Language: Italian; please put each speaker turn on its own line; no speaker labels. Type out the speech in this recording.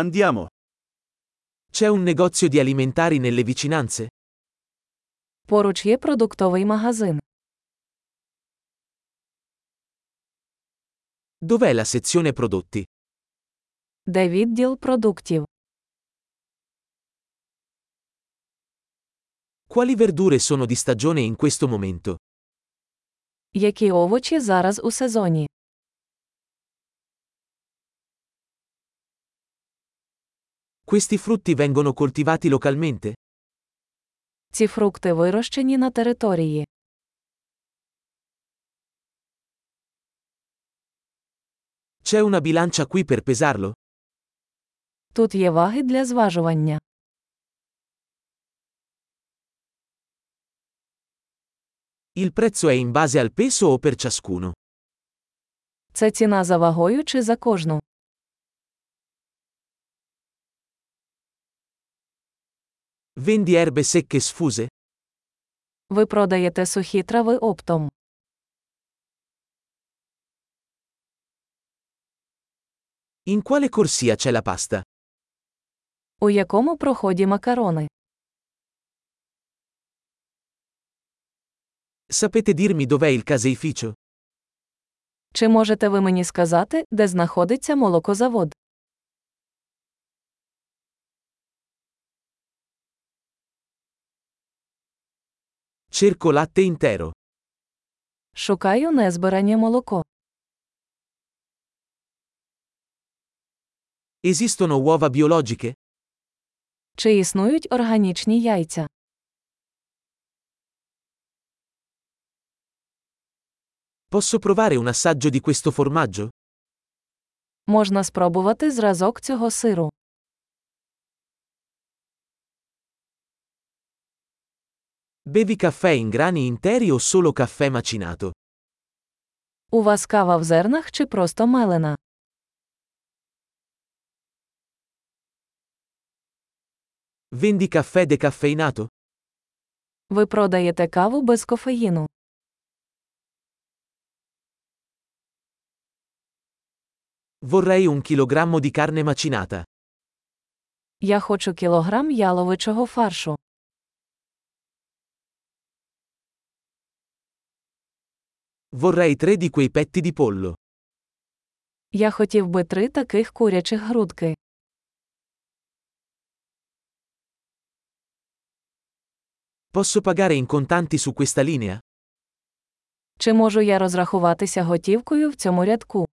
Andiamo.
C'è un negozio di alimentari nelle vicinanze?
Поруч є продуктовий магазин.
Dov'è la sezione prodotti?
Де відділ продуктів?
Quali verdure sono di stagione in questo momento?
Які овочі зараз у сезоні?
Questi frutti vengono coltivati localmente?
Ці фрукти вирощені на території.
C'è una bilancia qui per pesarlo?
Тут є ваги для зважування.
Il prezzo è in base al peso o per ciascuno?
Це ціна за вагою чи за кожну.
Vendi erbe secche sfuse?
Ви продаєте сухі трави оптом.
In quale corsia c'è la pasta?
У якому проході макарони?
Sapete dirmi dov'è il caseificio?
Чи можете ви мені сказати, де знаходиться молокозавод?
Cerco latte intero.
Шукаю незбирання молоко.
Esistono uova biologiche?
Чи існують органічні яйця?
Posso provare un assaggio di questo formaggio?
Можна спробувати зразок цього сиру.
Bevi caffè in grani interi o solo caffè macinato?
У вас кава в зернах чи просто мелена?
Vendi caffè decaffeinato?
Ви продаєте каву без кофеїну.
Vorrei un chilogrammo di carne macinata.
Я хочу кілограм яловичого фаршу.
Vorrei tre di quei petti di pollo.
Я хотів би три таких курячих грудки.
Posso pagare in contanti su questa linea?
Чи можу я розрахуватися готівкою в цьому рядку?